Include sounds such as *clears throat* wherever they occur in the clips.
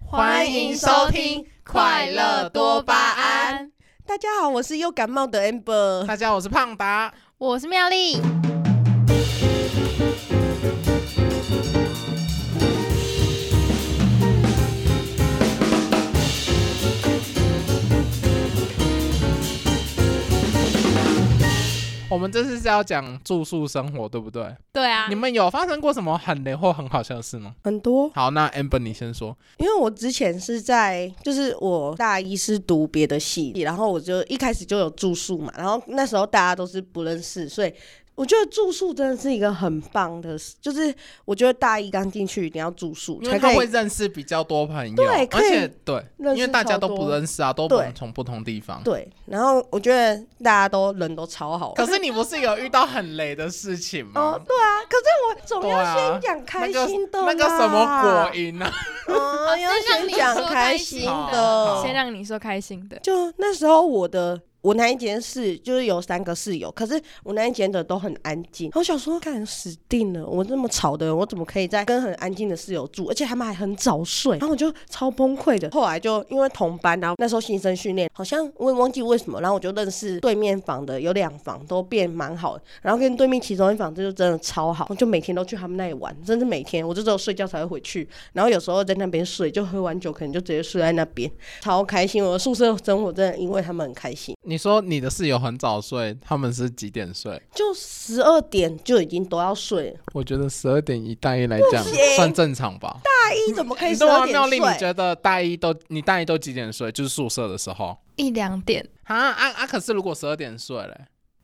欢迎收听《快乐多巴胺》。大家好，我是又感冒的 Amber。大家好，我是胖达。我是妙丽，我们这次是要讲住宿生活，对不对？对啊你，们有发生过什么很雷或很好笑的事吗？很多，好，那 Amber 你先说。因为我之前是在，就是我大一是读别的系，然后我就一开始就有住宿嘛，然后那时候大家都是不认识，所以我觉得住宿真的是一个很棒的事，就是我觉得大一刚进去一定要住宿，因为才他可会以认识比较多朋友，对而可以且对，认识因为大家都超多不认识啊，都对从不同地方。对。然后我觉得大家都人都超好。可是你不是有遇到很雷的事情哦吗，？对啊，可是我总对要啊先讲开心的那啦、个那个什么果蝇啊，哦，要先让先你讲说开开心心的的好。先让你说开心的，就那时候我的我那一间室就是有三个室友，可是我那一间的都很安静。我想说，看死定了，我这么吵的人，我怎么可以在跟很安静的室友住？而且他们还很早睡，然后我就超崩溃的。后来就因为同班，然后那时候新生训练，好像我也忘记为什么，然后我就认识对面房的有两房都变蛮好的，然后跟对面其中一房这就真的超好，我就每天都去他们那里玩，真是每天，我就只有睡觉才会回去，然后有时候在那边睡，就喝完酒可能就直接睡在那边。超开心，我的宿舍生活真的因为他们很开心，你说你的室友很早睡，他们是几点睡？就十二点就已经都要睡了。我觉得十二点一大一来讲行算正常吧。大一怎么可以十对啊二妙点丽，你睡？觉得大一都你大一都几点睡？就是宿舍的时候一两点，啊啊啊！可是如果十二点睡嘞，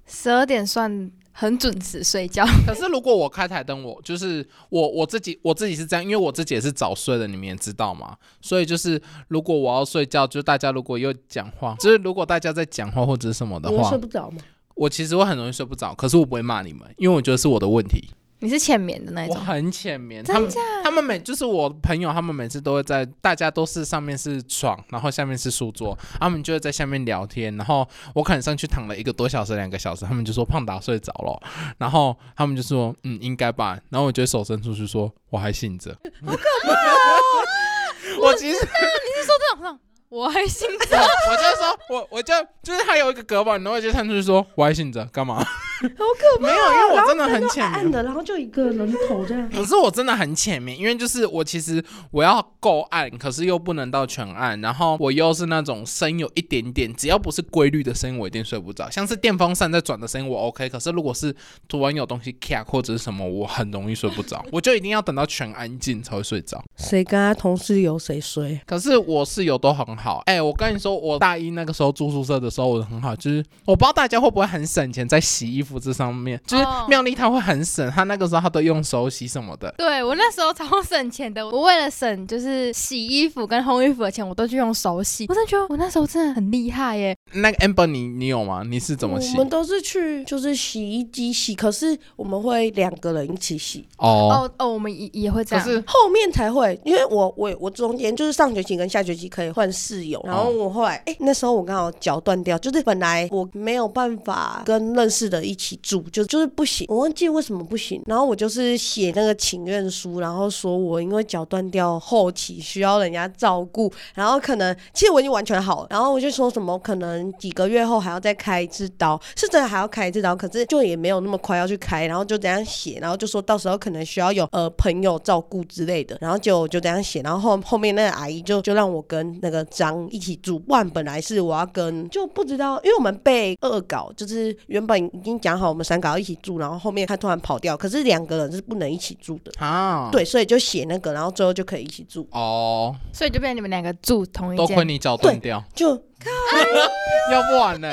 十二点算很准时睡觉， *laughs* 可是如果我开台灯，我就是我我自己我自己是这样，因为我自己也是早睡的，你们也知道嘛。所以就是如果我要睡觉，就是大家如果又讲话，就是如果大家在讲话或者是什么的你会话睡，不着吗？我其实会很容易睡不着。可是我不会骂你们，因为我觉得是我的问题。你是浅眠的那一我种，很浅眠，他真们假？他们每就是我朋友，他们每次都会在，大家都是上面是床，然后下面是书桌，他们就会在下面聊天。然后我可能上去躺了一个多小时、两个小时，他们就说胖达睡着了，然后他们就说嗯应该吧，然后我就会手伸出去说我还醒着，好可怕哦！ *laughs* 我其这实种这种我还 *laughs* 信这我我就说我我就就是他有一个隔板，然后我就探出去说我还醒着干嘛？好可怕、没有，因为我真的很浅暗眠暗。的，然后就一个人头这样。可是我真的很浅面，因为就是我其实我要够暗，可是又不能到全暗，然后我又是那种声有一点点，只要不是规律的声音，我一定睡不着。像是电风扇在转的声音我 OK，可是如果是突然有东西咔或者是什么，我很容易睡不着，我就一定要等到全安静才会睡着。谁跟他同室友谁睡？可是我室友都很好，哎、我跟你说，我大一那个时候住宿舍的时候，我很好，就是我不知道大家会不会很省钱在洗衣服这上面，就是哦妙丽她会很省，她那个时候她都用手洗什么的，对我那时候超省钱的，我为了省就是洗衣服跟烘衣服的钱，我都去用手洗。我真的觉得我那时候真的很厉害耶！那个 Amber，你你有吗？你是怎么洗我？们都是去就是洗衣机洗，可是我们会两个人一起洗，哦，哦哦，我们也也会这可样，是后面才会，因为我我我中间就是上学期跟下学期可以换室友，然后我后来哎、诶那时候我刚好脚断掉，就是本来我没有办法跟认识的一起住，就就是不行，我忘记为什么不行，然后我就是写那个请愿书，然后说我因为脚断掉后期需要人家照顾，然后可能其实我已经完全好了，然后我就说什么可能几个月后还要再开一次刀，是真的还要开一次刀，可是就也没有那么快要去开，然后就这样写，然后就说到时候可能需要有呃朋友照顾之类的，然后就就这样写，然后后后面那个阿姨就就让我跟那个张一起住，不然本来是我要跟就不知道，因为我们被恶搞，就是原本已经讲好我们三个要一起住，然后后面他突然跑掉，可是两个人是不能一起住的，啊，，对，所以就写那个，然后最后就可以一起住，哦，所以就变成你们两个住同一多亏间。你脚断掉，就 *laughs* 要不然呢？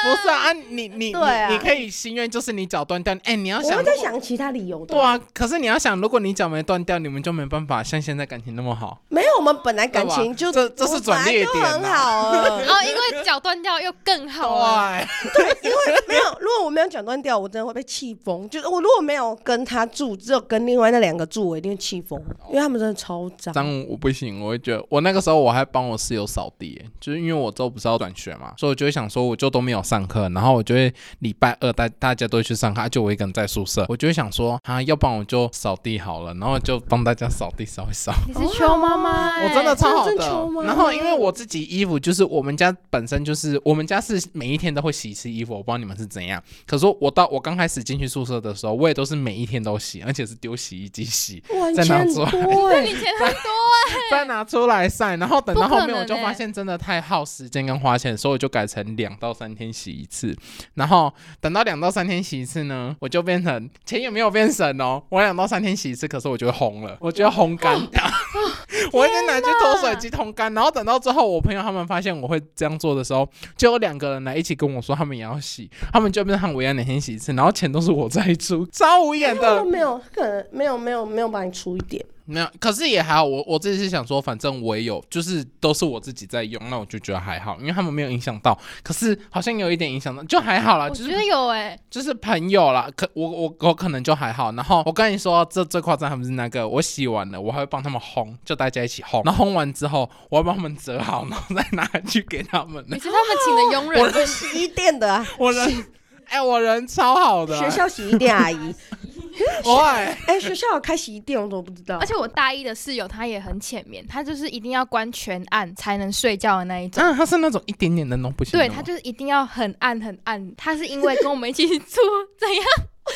不是啊，啊你你你对啊你可以心愿，就是你脚断掉，哎，你要我想会，在想其他理由的对。啊，可是你要想，如果你脚没断掉，你们就没办法像现在感情那么好。没有，我们本来感情对就吧这这是转捩点啊我本来就很好了。哦，因为脚断掉又更好啊！对，因为 *laughs* 没有，如果我没有讲断掉，我真的会被气疯。就是我如果没有跟他住，只有跟另外那两个住，我一定会气疯，哦因为他们真的超脏。脏我不行，我会觉得我那个时候我还帮我室友扫地，就是因为我之后不是要转学嘛，所以我就会想说我就都没有上课，然后我就会礼拜二大大家都会去上课，啊就我一个人在宿舍，我就会想说啊，要不然我就扫地好了，然后就帮大家扫地扫一扫。你是邱妈妈哎、我真的超好真秋吗的。然后因为我自己衣服就是我们家本身就是我们家是每一天都会洗一次衣服，我不知道你们是怎样。可是我到我刚开始进去宿舍的时候，我也都是每一天都洗，而且是丢洗衣机洗，完再拿全出来多那哎、你钱很 *laughs* 多啊，再拿出来晒。然后等到后面我不可能就欸发现真的太耗时间跟花钱，所以我就改成两到三天洗一次。然后等到两到三天洗一次呢， *laughs* 我就变成钱也没有变省哦，我两到三天洗一次，可是我就会红了，我就要烘干。 *laughs* 我已经拿去脱水机烘干，然后等到之后，我朋友他们发现我会这样做的时候，就有两个人来一起跟我说他们也要洗，他们就变成我一样两天洗一次，然后钱都是我在出，超无言他的都。没有，可能没有没有没有把你出一点，没有，可是也还好。我我自己是想说，反正我也有，就是都是我自己在用，那我就觉得还好，因为他们没有影响到。可是好像有一点影响到，就还好啦，我就觉是得有哎、啊就是朋友啦。可我我我可能就还好。然后我跟你说，这最夸张还不是那个，我洗完了，我还会帮他们烘，就大家一起烘。然后烘完之后，我要帮他们折好，然后再拿去给他们呢 *laughs* 你。是他们请的佣人我， *laughs* 人洗衣店的啊， *laughs* 我人哎、我人超好的、啊学校洗衣店阿 *laughs* 姨，喂，哎、学校有开洗衣店，我怎么不知道 *laughs* 而？且我大一的室友他也很浅眠，他就是一定要关全暗才能睡觉的那一种。啊，他是那种一点点灯都不行的对吗。他就是一定要很暗很暗，他是因为跟我们一起住怎样？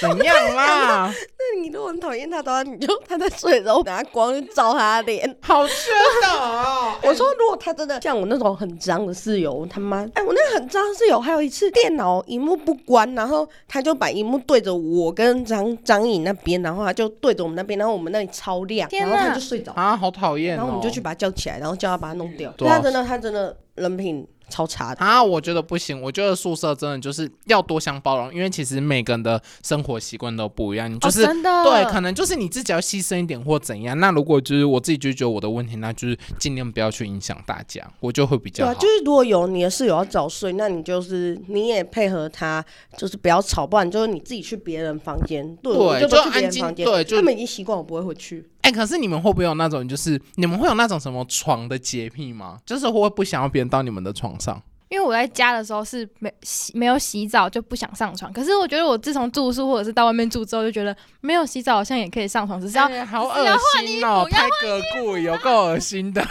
怎样啦？ *laughs* 那你如果很讨厌他的话，你就他在睡，然后拿光去照他的脸。好缺德哦！我说，如果他真的像我那种很脏的室友，我他妈，哎、我那个很脏的室友，还有一次电脑荧幕不关，然后他就把荧幕对着我跟张张颖那边，然后他就对着我们那边，然后我们那里超亮，天然哪后他就睡着，啊，好讨厌、哦！然后我们就去把他叫起来，然后叫他把他弄掉。对啊他真的，他真的人品超差的。啊，我觉得不行，我觉得宿舍真的就是要多相包容，因为其实每个人的生活习惯都不一样，你就是、哦、真的对，可能就是你自己要牺牲一点或怎样。那如果就是我自己就觉得我的问题，那就是尽量不要去影响大家，我就会比对较好。啊，就是如果有你的室友要早睡，那你就是你也配合他，就是不要吵，不然就是你自己去别人房间，对，我对，就就都去别安人静。房间。对，就他们已经习惯我不会回去，哎、可是你们会不会有那种，就是你们会有那种什么床的洁癖吗？就是会不会不想要别人到你们的床上？因为我在家的时候是没洗没有洗澡就不想上床，可是我觉得我自从住宿或者是到外面住之后，就觉得没有洗澡好像也可以上床，只是要、哎好只恶是要心哦，要太隔固，有够恶心的。 *laughs*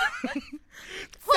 会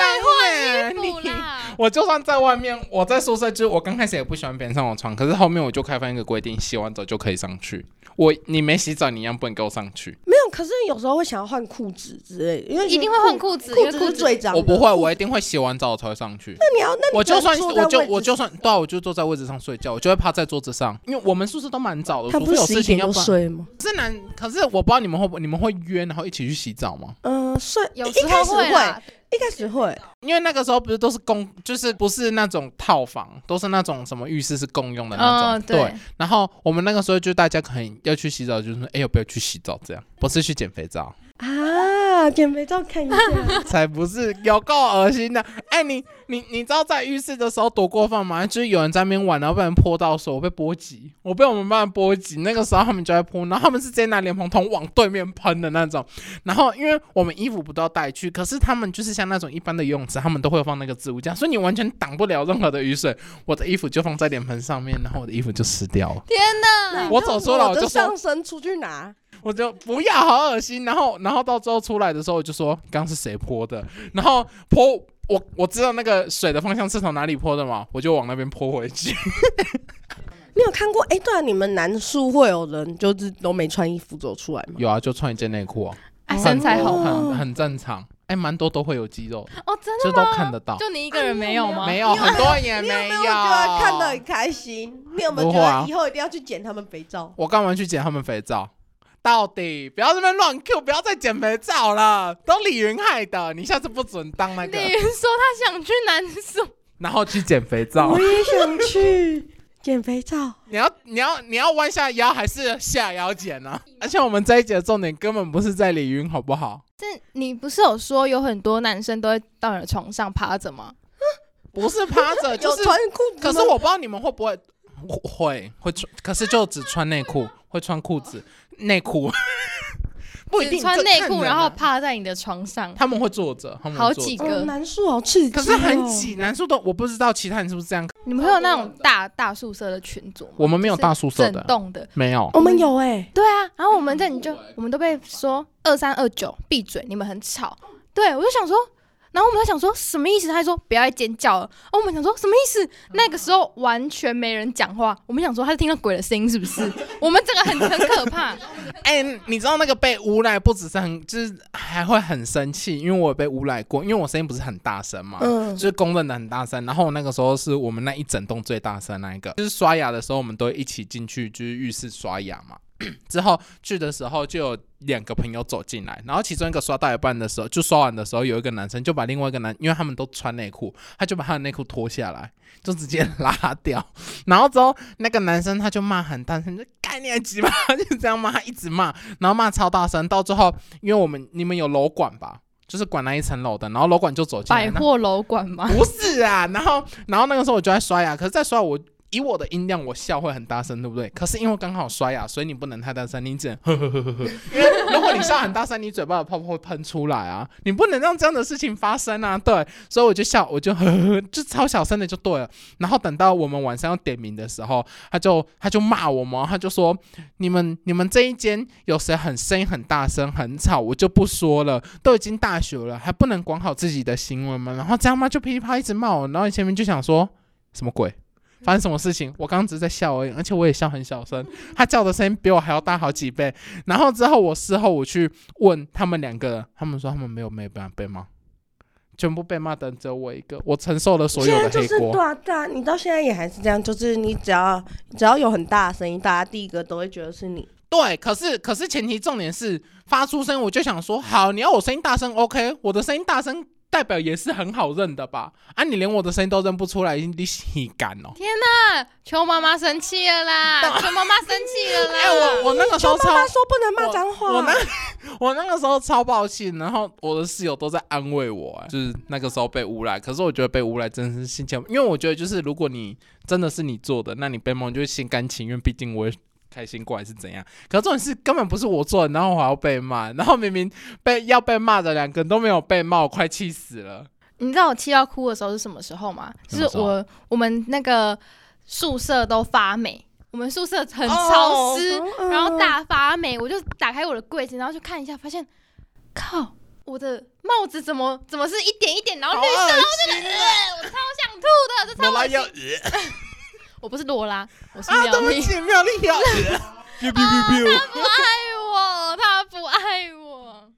换 *laughs* 衣服啦。我就算在外面，我在宿舍，就是我刚开始也不喜欢别人上我床，可是后面我就开放一个规定，洗完澡就可以上去。我你没洗澡，你一样不能给我上去。没有。可是有时候会想要换裤子之类的，因为一定会换裤子，因裤为子裤是子最脏的。我不会，我一定会洗完澡我才会上 *laughs* 去。那你要，那你我就算可能坐在我就位置我就算对啊、我就坐在位置上睡觉，我就会趴在桌子上，因为我们宿舍都蛮早的，他除不非是有十事一情点要就不然睡吗？是难，可是我不知道你们会不你们会约然后一起去洗澡吗？嗯、睡有一时开候始啦，一开始会，因为那个时候不是都是公，就是不是那种套房，都是那种什么浴室是共用的那种。哦嗯对然后我们那个时候就大家可能要去洗澡，就是说哎要不要去洗澡这样，不是去减肥皂，啊，减肥照看 *laughs* 一下，才不是有够恶心的。哎、你你你知道在浴室的时候多过分吗？就是有人在那边玩，然后被人泼到手，我被波及，我被我们班的波及。那个时候他们就在泼，然后他们是直接拿莲蓬头往对面喷的那种。然后因为我们衣服不都要带去，可是他们就是像那种一般的游泳池，他们都会放那个置物架，所以你完全挡不了任何的雨水。我的衣服就放在脸盆上面，然后我的衣服就湿掉了。天哪！我走错了我的就说上身出去拿，我就不要，好恶心。然后，然后到最后出来的时候，我就说刚刚是谁泼的？然后泼我，我知道那个水的方向是从哪里泼的嘛，我就往那边泼回去。你有看过？哎、对啊，你们男宿会有人就是都没穿衣服走出来吗？ *laughs* 有啊，就穿一件内裤、啊，啊，哦身材好很很正常。哎，蛮多都会有肌肉，哦，真这的都吗？看得到。就你一个人没有吗？没有，啊很多人也你有没没有觉得看得很开心？你有没有不觉会啊得以后一定要去捡他们肥皂？我干嘛去捡他们肥皂？到底不要这边乱 Q，不要再捡肥皂了，都李云害的。你下次不准当那个，李云说他想去男宿，然后去捡肥皂。也想去捡肥皂。你要你要你要弯下腰还是下腰 *laughs* 剪呢、而且我们这一节的重点根本不是在李云，好不好？ *laughs* 但你不是有说有很多男生都会到你的床上趴着吗？不是趴 *laughs* 着，就有是。穿裤子可吗是我不知道你们会不会会会穿，可是就只穿内裤，会穿裤子、内 *laughs* 裤，不一定只穿这内看裤，人然啊后趴在你的床上，他们会坐着，他们好会坐着几哦个。男宿好刺激、哦，可是很。挤，男宿都我不知道其他人是不是这样。你们会有那种大大宿舍的群组吗？我们没有就是大宿舍整的，啊栋的。没有。我们有哎、嗯对啊，然后我们这里就我们都被说二三二九闭嘴，你们很吵。对，我就想说，然后我们在想说什么意思？他还说不要再尖叫了。哦，我们想说什么意思？那个时候完全没人讲话，我们想说他是听到鬼的声音是不 *laughs* 是？我们这个很很可怕。哎、你知道那个被诬赖不只是很，就是还会很生气，因为我也被诬赖过，因为我声音不是很大声嘛，嗯就是公认的很大声。然后那个时候是我们那一整栋最大声那一个，就是刷牙的时候，我们都会一起进去，就是浴室刷牙嘛。 *clears throat* 之后去的时候就有两个朋友走进来，然后其中一个刷到一半的时候，就刷完的时候，有一个男生就把另外一个男，因为他们都穿内裤，他就把他的内裤脱下来，就直接拉掉。 *laughs* 然后之后那个男生他就骂很大声，就干你几巴， *laughs* 就这样骂，他一直骂，然后骂超大声。到最后，因为我们你们有楼管吧，就是管那一层楼的，然后楼管就走进来，百那货楼管 *laughs* 吗？不是啊，然后然后那个时候我就在刷牙，可是在刷牙我。以我的音量，我笑会很大声，对不对？可是因为刚好刷牙，所以你不能太大声，你只能呵呵呵呵呵。因为如果你笑很大声，你嘴巴的泡泡会喷出来啊，你不能让这样的事情发生啊。对，所以我就笑，我就呵呵呵，就超小声的就对了。然后等到我们晚上要点名的时候，他就他就骂我们，他就说你们你们这一间有谁很声音很大声很吵，我就不说了，都已经大学了，还不能管好自己的行为吗？然后这样吗？就噼里啪啦一直骂我，然后前面就想说什么鬼。发生什么事情？我刚刚只是在笑而已，而且我也笑很小声，他叫的声音比我还要大好几倍。然后之后我事后我去问他们两个，他们说他们没有没有被被骂，全部被骂的人只有我一个，我承受了所有现在的就黑是锅。对啊对啊，你到现在也还是这样，就是你只要只要有很大的声音，大家第一个都会觉得是你。对，可是可是前提重点是发出声，我就想说，好，你要我声音大声，OK，我的声音大声代表也是很好认的吧？啊，你连我的声音都认不出来，你喜感哦。天哪、邱妈妈生气了 *laughs* 啦！邱妈妈生气了啦！哎、我我那个时就候妈超妈说不能骂脏话，我那我那个时候超暴气，然后我的室友都在安慰我、哎就是那个时候被诬赖。可是我觉得被诬赖真的是心情，因为我觉得就是如果你真的是你做的，那你被骂你就会心甘情愿，毕竟我也开心过来是怎样。可是重点是根本不是我做的，然后我还要被骂，然后明明被要被骂的两个人都没有被骂，我快气死了。 *laughs* 你知道我气到哭的时候是什么时候吗？什就么时是候我我们那个宿舍都发霉，我们宿舍很潮湿哦嗯然后大发霉，我就打开我的柜子，然后去看一下，发现靠，我的帽子怎么怎么是一点一点，然后好绿色，恶然后心啊真的，呃我超想吐的，这罗超拉恶要心。呃我不是罗拉，我是啊，苗丽对不，起，妙丽要呃 biu biu biu biu 不爱我，他不爱我。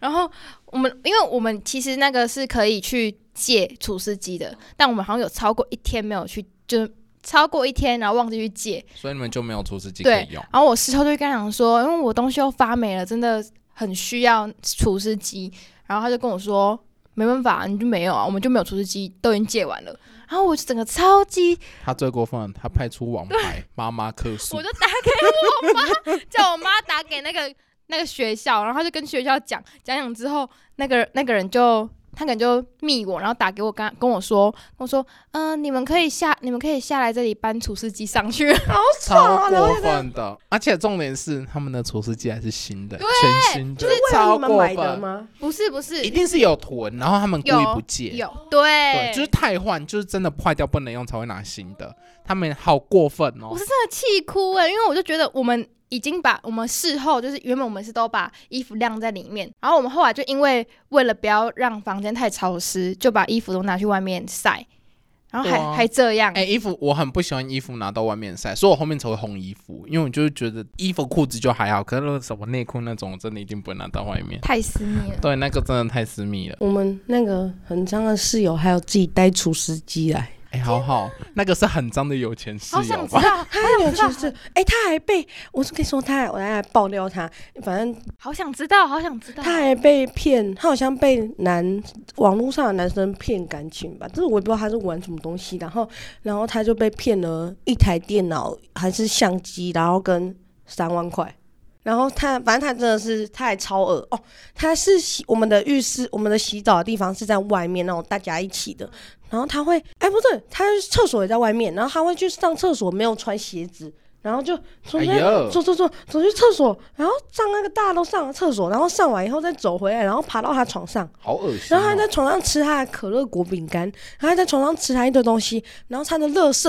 然后我们，因为我们其实那个是可以去借除湿机的，但我们好像有超过一天没有去，就是超过一天，然后忘记去借。 *laughs* 所以你们就没有除湿机可对以用。然后我事后就跟他讲说，因为我东西又发霉了，真的很需要除湿机。然后他就跟我说，没办法，你就没有啊，我们就没有除湿机，都已经借完了。然后我就整个超级他最过分了，他派出网牌妈妈客诉我。就打给我妈，叫我妈打给那个 *laughs* 那个学校，然后她就跟学校讲讲讲之后，那个那个人就他可能就密我，然后打给我跟跟我说跟我说，嗯、你们可以下你们可以下来这里搬除湿机上去， *laughs* 好爽超啊！然后过分的，而且重点是他们的除湿机还是新的，对全新的，超为你们过买的分，吗？不是不是一定是有囤，然后他们故意有不借，有哎对对，就是太换，就是真的坏掉不能用才会拿新的，他们好过分哦我，是真的气哭哎、因为我就觉得我们已经把我们事后就是原本我们是都把衣服晾在里面，然后我们后来就因为为了不要让房间太潮湿，就把衣服都拿去外面晒，然后还、对啊还这样。哎、衣服我很不喜欢衣服拿到外面晒，所以我后面才会烘衣服，因为我就是觉得衣服裤子就还好，可是如果什么内裤那种，我真的一定不会拿到外面。太私密了。对，那个真的太私密了。我们那个很脏的室友，还有自己带厨师机来，哎、好好，那个是很脏的有钱室好友啊想知吧？道，他有厨师，哎，他还被我是跟你说，他还我还爆料他，反正好想知道，好想知道。他还被骗，他好像被男网络上的男生骗感情吧，这我也不知道他是玩什么东西，然后然后他就被骗了一台电脑还是相机，然后跟三万块。然后他，反正他真的是，他还超恶哦。他是洗我们的浴室，我们的洗澡的地方是在外面那种大家一起的。然后他会，哎，不对，他厕所也在外面，然后他会去上厕所，没有穿鞋子，然后就从哎那呦，走走走走去厕所，然后上那个大楼上了厕所，然后上完以后再走回来，然后爬到他床上，好恶心、然后哦他！在床上吃他的可乐果饼干，然后他在床上吃他一堆东西，然后他的垃圾，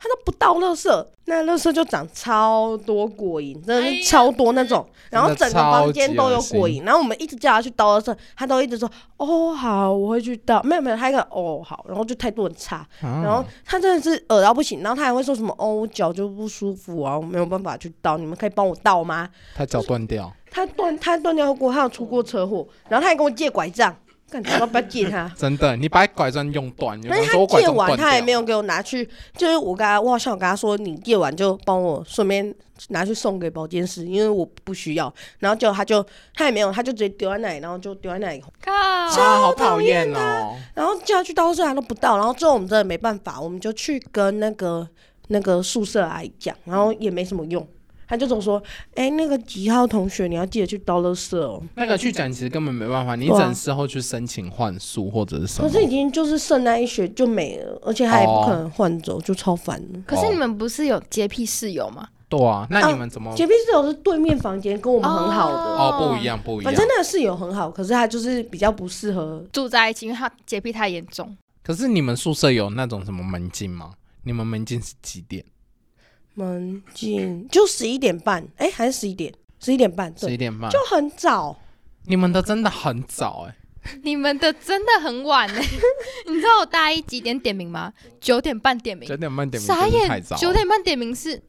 他都不倒垃圾，那垃圾就长超多果蝇，真的哎呀是超多那种，然后整个房间都有真的超级恶果心蝇，然后我们一直叫他去倒垃圾，他都一直说哦好，我会去倒，没有没有，他一个哦好，然后就态度很差，然然后他真的是恶到不行，然后他还会说什么哦我脚就不舒服啊，我没有办法去倒，你们可以帮我倒吗？他脚断掉，他断他断掉过，他有出过车祸，然后他还跟我借拐杖，干他要不要借他？真的，你把拐杖用断，你但是说我他拐借杖断完，他也掉没有给我拿去，就是我跟他，我好像有跟他说，你借完就帮我顺便拿去送给保健室，因为我不需要。然后就他就他也没有，他就直接丢在那里，然后就丢在那里，靠，啊，好讨讨厌厌哦！然后叫他去倒垃圾他都不倒。然后最后我们真的没办法，我们就去跟那个那个宿舍阿姨讲，然后也没什么用。他就总说，哎、那个几号同学，你要记得去倒垃圾哦。那个去讲其实根本没办法，你对啊只能事后去申请换宿或者是什可么。是已经就是剩那一学就没了，而且他也不可哦能换走，就超烦的。可是你们不是有洁癖室友吗？对啊，那你啊们怎么？洁癖室友是对面房间，跟我们很好的。哦，不一样，不一样反。正那个室友很好，可是他就是比较不适合。住在一起，因为他洁癖太严重。可是你们宿舍有那种什么门禁吗？你们门禁是几点？门禁就十一点半，哎、还是十一点，十一点半，十对，一点半就。很早。你们的真的很早哎、你们的真的很晚 *laughs* 呢、你知道我大一几点点名吗？九点半点名九，点半点名傻真的太眼早。，九。点半点名是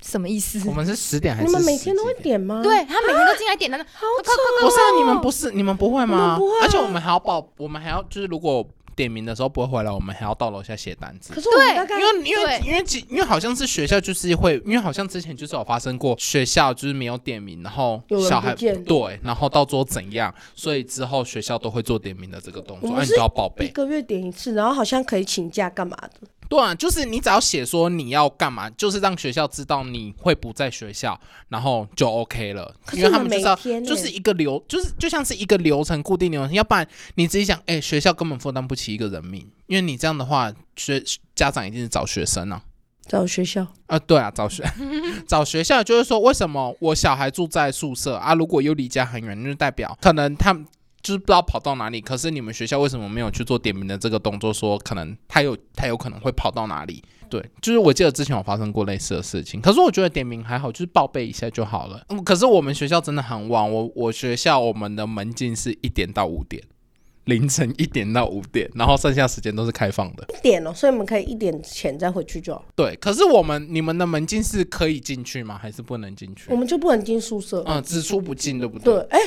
什么意思？我们是十点还是？你们每天都会？点吗？，对他每天都进来点的，好快快不是啊，你们不是你们不会我吗？们不会啊而且我们还要报，我们还要就是如果点名的时候不会回来，我们还要到楼下写单子可。是我们对大概因为因为对因为其因为好像是学校就是会，因为好像之前就是有发生过学校就是没有点名，然后有人小孩不见对，然后到最后怎样，所以之后学校都会做点名的这个动作，那、我们你是都要报一备。个月点一次，然后好像可以请假干嘛的。对啊，就是你只要写说你要干嘛，就是让学校知道你会不在学校，然后就 OK 了。可因是为你他们们就每知道，天呢就是一个流，就是就像是一个流程固定流程，要不然你自己想，哎、学校根本负担不起一个人命，因为你这样的话，学家长一定是找学生啊。找学校，啊，对啊，找学 *laughs* 找学校就是说，为什么我小孩住在宿舍啊？如果又离家很远，那就代表可能他们就是不知道跑到哪里。可是你们学校为什么没有去做点名的这个动作？说可能他有他有可能会跑到哪里？对，就是我记得之前有发生过类似的事情。可是我觉得点名还好，就是报备一下就好了。嗯可是我们学校真的很晚，我我学校我们的门禁是一点到五点。凌晨一点到五点，然后剩下时间都是开放的。一点哦、所以我们可以一点前再回去就好，对，可是我们你们的门禁是可以进去吗？还是不能进去我？们就不能进宿舍。嗯，只出不进，对不对？对，哎、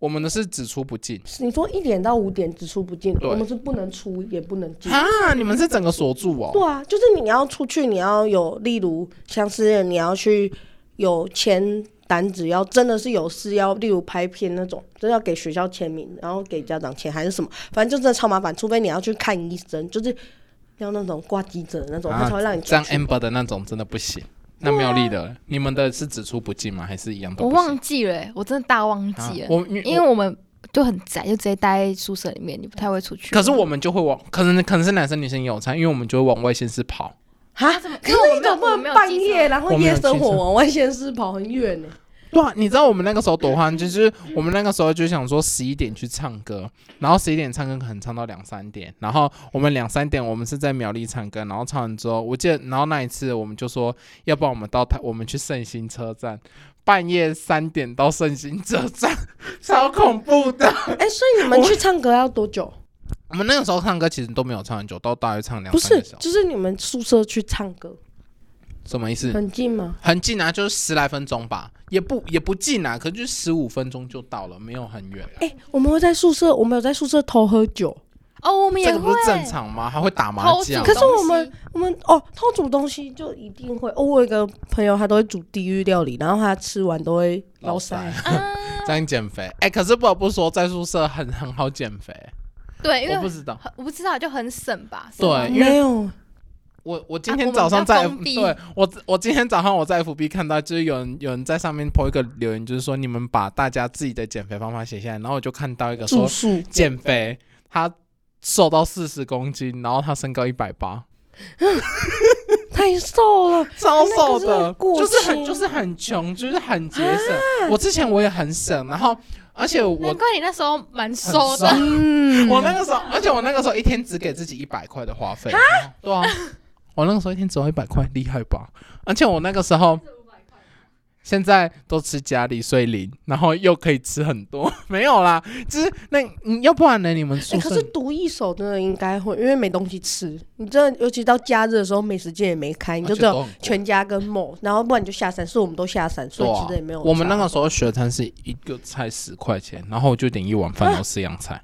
我们的是只出不进你说一点到五点只出不进，对我们是不能出也不能进。啊！你们是整个锁住对哦。啊，就是你要出去，你要有，例如像是你要去有签单子，要真的是有事要，例如拍片那种，就是要给学校签名，然后给家长签还是什么，反正就真的超麻烦。除非你要去看医生，就是要那种挂急诊的那种，他才会让你这进样去。 amber 的那种真的不行。那妙丽的，你们的是只出不进吗？还是一样都我不行？忘记了欸、我真的大忘啊记了，我因为我们就很宅，就直接待在宿舍里面，你不太会出去。可是我们就会往，可能可能是男生女生也有差，因为我们就会往外县市跑。哈，可是你总不能半夜，然后我没有夜记 *laughs* 生活错往外县市跑很远呢、对啊，你知道我们那个时候多欢，就是我们那个时候就想说十一点去唱歌，然后十一点唱歌可能唱到两三点，然后我们两三点我们是在苗栗唱歌，然后唱完之后，我记得，然后那一次我们就说，要不然我们到台，我们去圣心车站，半夜三点到圣心车站，超恐怖的。 *laughs* 哎、所以你们去唱歌要多 *laughs* 久？我们那个时候唱歌其实都没有唱很久，都大约唱两不三是个，小时，就是你们宿舍去唱歌什么意思？很近吗？很近啊，就是十来分钟吧，也不也不近啊，可是就十五分钟就到了，没有很远。哎、我们会在宿舍，我们有在宿舍偷喝酒。哦，我们这也个不是会正常吗？还会打麻偷将吃，可是我东 *laughs* 们西我们哦，偷煮东西就一定会哦。我有一个朋友，他都会煮地狱料理，然后他吃完都会老老塞塞。啊，这样减肥。哎、可是不得不说，在宿舍很很好减肥。对，因为我不知道，很我不知道，就很省吧。是吗对，因没为有，我我啊今天我们早上比较在、封闭对我我今天早上我在 FB 看到，就是有人有人在上面 po 一个留言，就是说你们把大家自己的减肥方法写下来，然后我就看到一个说住宿减肥，他瘦到四十公斤，然后他身高一百八，太瘦了，超啊那瘦个是的，过就是很轻啊就是很穷，就是很节省。我之前我也很省，然后而且我难怪你那时候蛮很瘦的。嗯，我那个时候，而且我那个时候一天只给自己一百块的花费，对啊，我那个时候一天只要一百块，厉害吧？而且我那个时候。现在都吃家里所以零，然后又可以吃很多， *laughs* 没有啦，就是那嗯要不然呢？你们哎、宿可舍是独一手真的应该会，因为没东西吃。你真的，尤其到假日的时候，美食街也没开，你就而且只有都很贵全家跟某，然后不然你就下山，所以我们都下山，啊所以其实也没有、我们那个时候学餐是一个菜十块钱，然后我就点一碗饭，然后四样菜，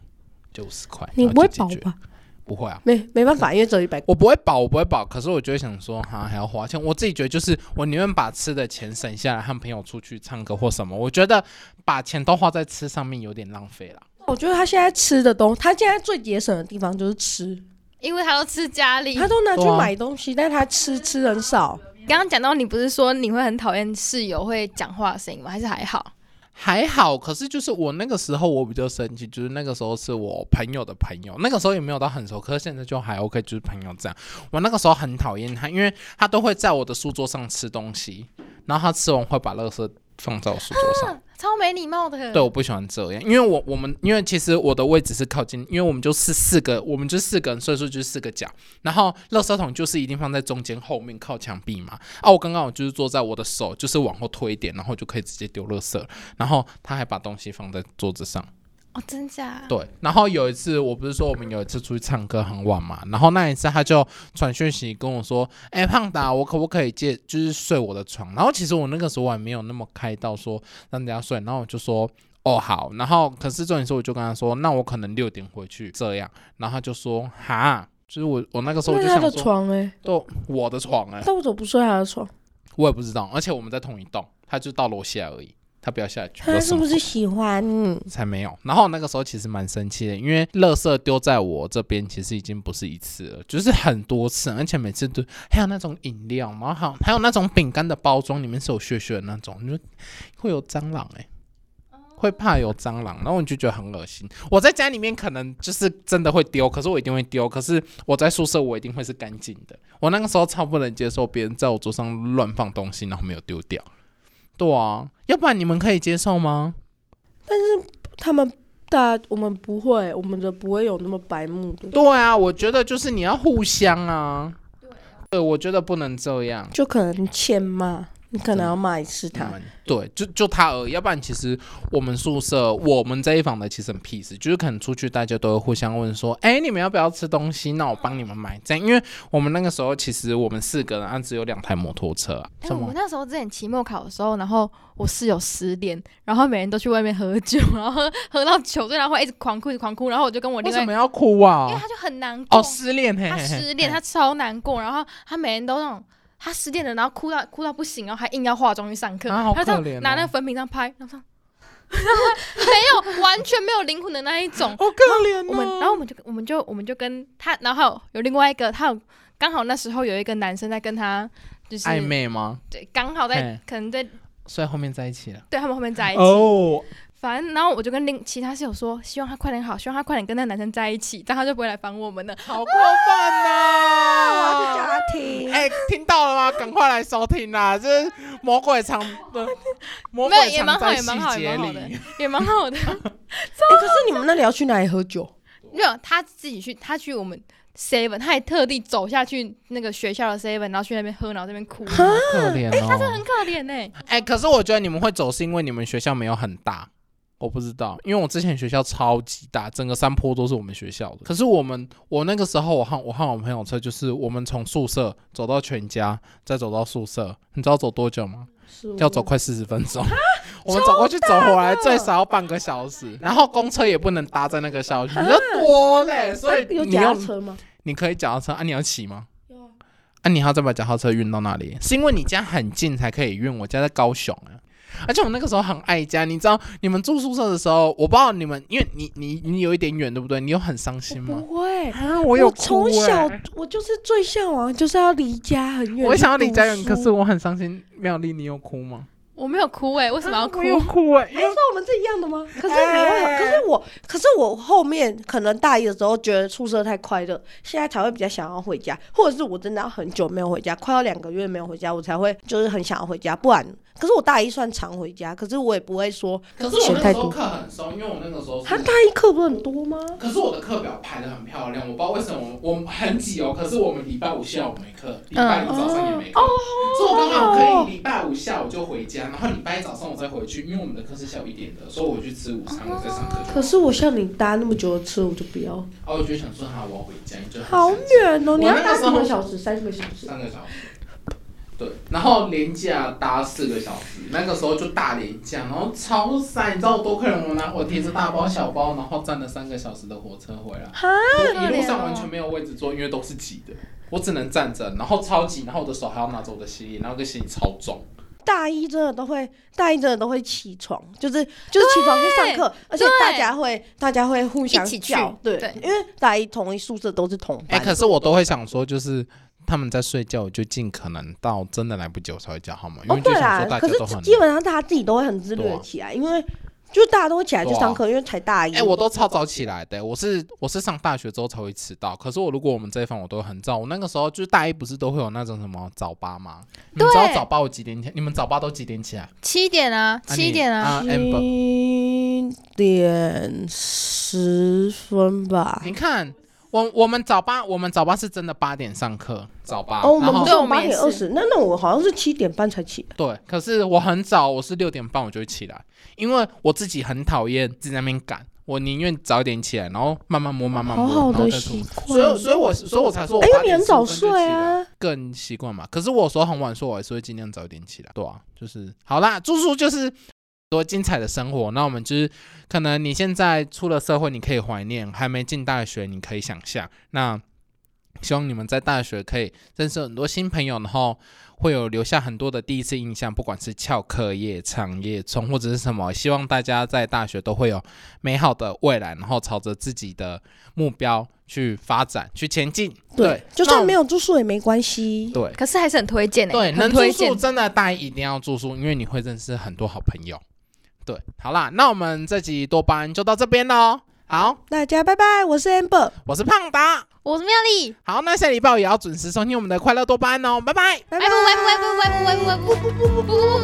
就五十块。你然不后会就饱解决？吧？不会啊，没没办法，因为只有一百。我不会饱，我不会饱。可是我就会想说，哈，还要花钱。我自己觉得就是，我宁愿把吃的钱省下来，和朋友出去唱歌或什么。我觉得把钱都花在吃上面有点浪费了。我觉得他现在吃的东，他现在最节省的地方就是吃，因为他都吃家里。他都拿去对啊买东西，但是他吃吃很少。刚刚讲到你不是说你会很讨厌室友会讲话的声音吗？还是还好？还好，可是就是我那个时候我比较生气，就是那个时候是我朋友的朋友，那个时候也没有到很熟，可是现在就还 OK，就是朋友这样。我那个时候很讨厌他，因为他都会在我的书桌上吃东西，然后他吃完会把垃圾放在我书桌上。超没礼貌的。对，我不喜欢这样，因为我我们因为其实我的位置是靠近，因为我们就是四个，我们就四个人，所以说就是四个角，然后垃圾桶就是一定放在中间后面靠墙壁嘛。啊，我刚刚我就是坐在我的手就是往后推一点，然后就可以直接丢垃圾了然后他还把东西放在桌子上。哦，真假？对，然后有一次，我不是说我们有一次出去唱歌很晚嘛，然后那一次他就传讯息跟我说：“哎、胖达，我可不可以借，就是睡我的床？”然后其实我那个时候还没有那么开到说让人家睡，然后我就说。哦好，然后可是重点是，我就跟他说，那我可能六点回去这样，然后他就说哈，就是我我那个时候我那就他想的说，床哎、都我的床哎、但我怎么不睡他的床？我也不知道，而且我们在同一栋，他就到楼下而已，他哎不要下去，他有是什么嗯不是喜欢你？才没有。然后那个时候其实蛮生气的，因为垃圾丢在我这边其实已经不是一次了，就是很多次，而且每次都还有那种饮料，然后还有还有那种饼干的包装里面是有屑屑的那种，你就会有蟑螂哎、会怕有蟑螂，然后你就觉得很恶心。我在家里面可能就是真的会丢，可是我一定会丢。可是我在宿舍，我一定会是干净的。我那个时候超不能接受别人在我桌上乱放东西，然后没有丢掉。对啊，要不然你们可以接受吗？他们大我们不会，我们的不会有那么白目的，对啊，我觉得就是你要互相啊。对，我觉得不能这样。就可能欠骂，你可能要骂一次嗯他。对，就就他而已，啊要不然其实我们宿舍我们这一房的其实很 peace，就是可能出去大家都会互相问说，哎、你们要不要吃东西？那我帮你们买。这样，因为我们那个时候其实我们四个人啊只有两台摩托车啊，哎、什我么？那时候之前期末考的时候，然后我室友失恋，然后每人都去外面喝酒，然后喝喝到酒醉，然后一直狂哭，一直狂哭，然后我就跟我为另外，什因为么要哭啊他？就很难过，哦，失恋嘿嘿他嘿，失恋，嘿他超难过，然后他每人都那种。他失恋了，然后哭到哭到不行，然后还硬要化妆去上课，啊好他就可这怜哦样拿那个粉饼这样拍，然后这样没有完全没有灵魂的那一 *laughs* 种，好可怜、哦。我们，然后我们就我们就我们就跟他，然后还有有另外一个，他有刚好那时候有一个男生在跟他就是暧，昧吗？对，刚好在嘿可能在所以后面在一起了。对他们后面在一起。哦，反正然后我就跟另其他室友说，希望他快点好，希望他快点跟那个男生在一起，这样他就不会来烦我们了。好过分啊 *laughs* 呐、啊我要去叫他听。哎、听到了吗？赶快来收听啦！这是魔鬼藏的，魔没有鬼也藏蛮好，在也蛮好，细也节蛮好的里。，也蛮好的。哎可是你们那里要去哪里喝酒？没有他自己去，他去我们 seven，他还特地走下去那个学校的 seven，然后去那边喝，然后这边哭，好可怜很哦！可怜呢、哎、可是我觉得你们会走是因为你们学校没有很大，我不知道，因为我之前学校超级大，整个山坡都是我们学校的。可是我们，我那个时候我和我和我朋友车，就是我们从宿舍走到全家，再走到宿舍，你知道走多久吗？要走快四十分钟。 *laughs* 我们走过去走回来最少要半个小时，然后公车也不能搭在那个校区，你就多嘞，所以哎有你脚要踏车吗？你可以脚踏车啊，你要骑吗？啊，你还要再把脚踏车运到那里，是因为你家很近才可以运，我家在高雄啊。而且我那个时候很爱家，你知道，你们住宿舍的时候，我不知道你们，因为你你你有一点远，对不对？你有很伤心不吗？会，啊，我我有哭从欸小我就是最向往，就是要离家很远。我想要离家远，可是我我很伤心。妙丽，你有哭吗？我没有哭哎、为什么要哭我？有哭哎、因为说我们是一样的吗？ *laughs* 哎可是你会，可是我，可是我后面可能大一的时候觉得宿舍太快乐，现在才会比较想要回家，或者是我真的要很久没有回家，快要两个月没有回家，我才会就是很想要回家，不然可是我大一算常回家，可是我也不会说可是我那太个时候多。课很松，因为我那个时候他是。大一课不是很多吗？可是我的课表排的很漂亮，我不知道为什么我们很挤哦。可是我们礼拜五下午没课，礼拜一嗯早上也没哦课，所以我刚好可以礼拜五下午就回家，然后礼拜一早上我再回去，因为我们的课是下午一点的，所以我去吃午餐，我再上课。可是我像你搭那么久的车，我就不要，哦，我就想说，好，我要回家，就很好想家远哦！你我要那个搭时几候个小时？三个小时？三个小时。对，然后连假搭四个小时，那个时候就大连假，然后超晒，你知道我多亏人，我拿我提着大包小包，然后站了三个小时的火车回来，哈哦我一路上完全没有位置坐，因为都是挤的，我只能站着，然后超挤，然后我的手还要拿着我的行李，然后个行李超重，大一真的都会，大一真的都会起床，就是就是起床去上课，而且大家会大家会互相一起去叫，对，对因为大一同一宿舍都是同哎、班，可是我都会想说，就是他们在睡觉，我就尽可能到真的来不及我才会叫他们，因哦为就对想啦说，大可家是都很基本上大家自己都会很自律对的啊起来，因为就大家都会起来去上课，因为才大一，哎、我都超早起来的、我是我是上大学之后才会迟到。可是我如果我们这一方我都很早，我那个时候就是大一不是都会有那种什么早八吗？你们知道对早八我几点起？你们早八都几点起来？七点啊，七点啊，啊，amber，嗯七点十分吧。你看我我们早八我们早八是真的八点上课，早八，哦，我们啊然不后是对我们八也点是二十，那那我好像是七点半才起来。对，可是我很早，我是六点半我就会起来，因为我自己很讨厌在那边赶，我宁愿早点起来，然后慢慢摸，慢慢摸，好然好后的再出习门惯，所以，所以我，所以我才说我哎，因为八你点很十五早分就睡起来。啊。更习惯嘛。可是我有时候很晚睡，我还是会尽量早一点起来。对啊，就是好啦，住宿就是多精彩的生活。那我们就是可能你现在出了社会，你可以怀念；还没进大学，你可以想象。那希望你们在大学可以认识很多新朋友，然后会有留下很多的第一次印象，不管是翘课夜唱、夜冲或者是什么。希望大家在大学都会有美好的未来，然后朝着自己的目标去发展、去前进。对，就那我算们没有住宿也没关系。对，可是还是很推荐诶、对，很能住推荐宿。真的大家一定要住宿，因为你会认识很多好朋友。对，好啦，那我们这集多巴胺就到这边喽。好，大家拜拜，我是 Amber，我是胖达。我是妙丽，好，那下礼拜也要准时收听我们的快乐多巴胺哦，拜拜。拜拜拜拜拜拜拜拜拜拜拜拜拜拜拜拜拜。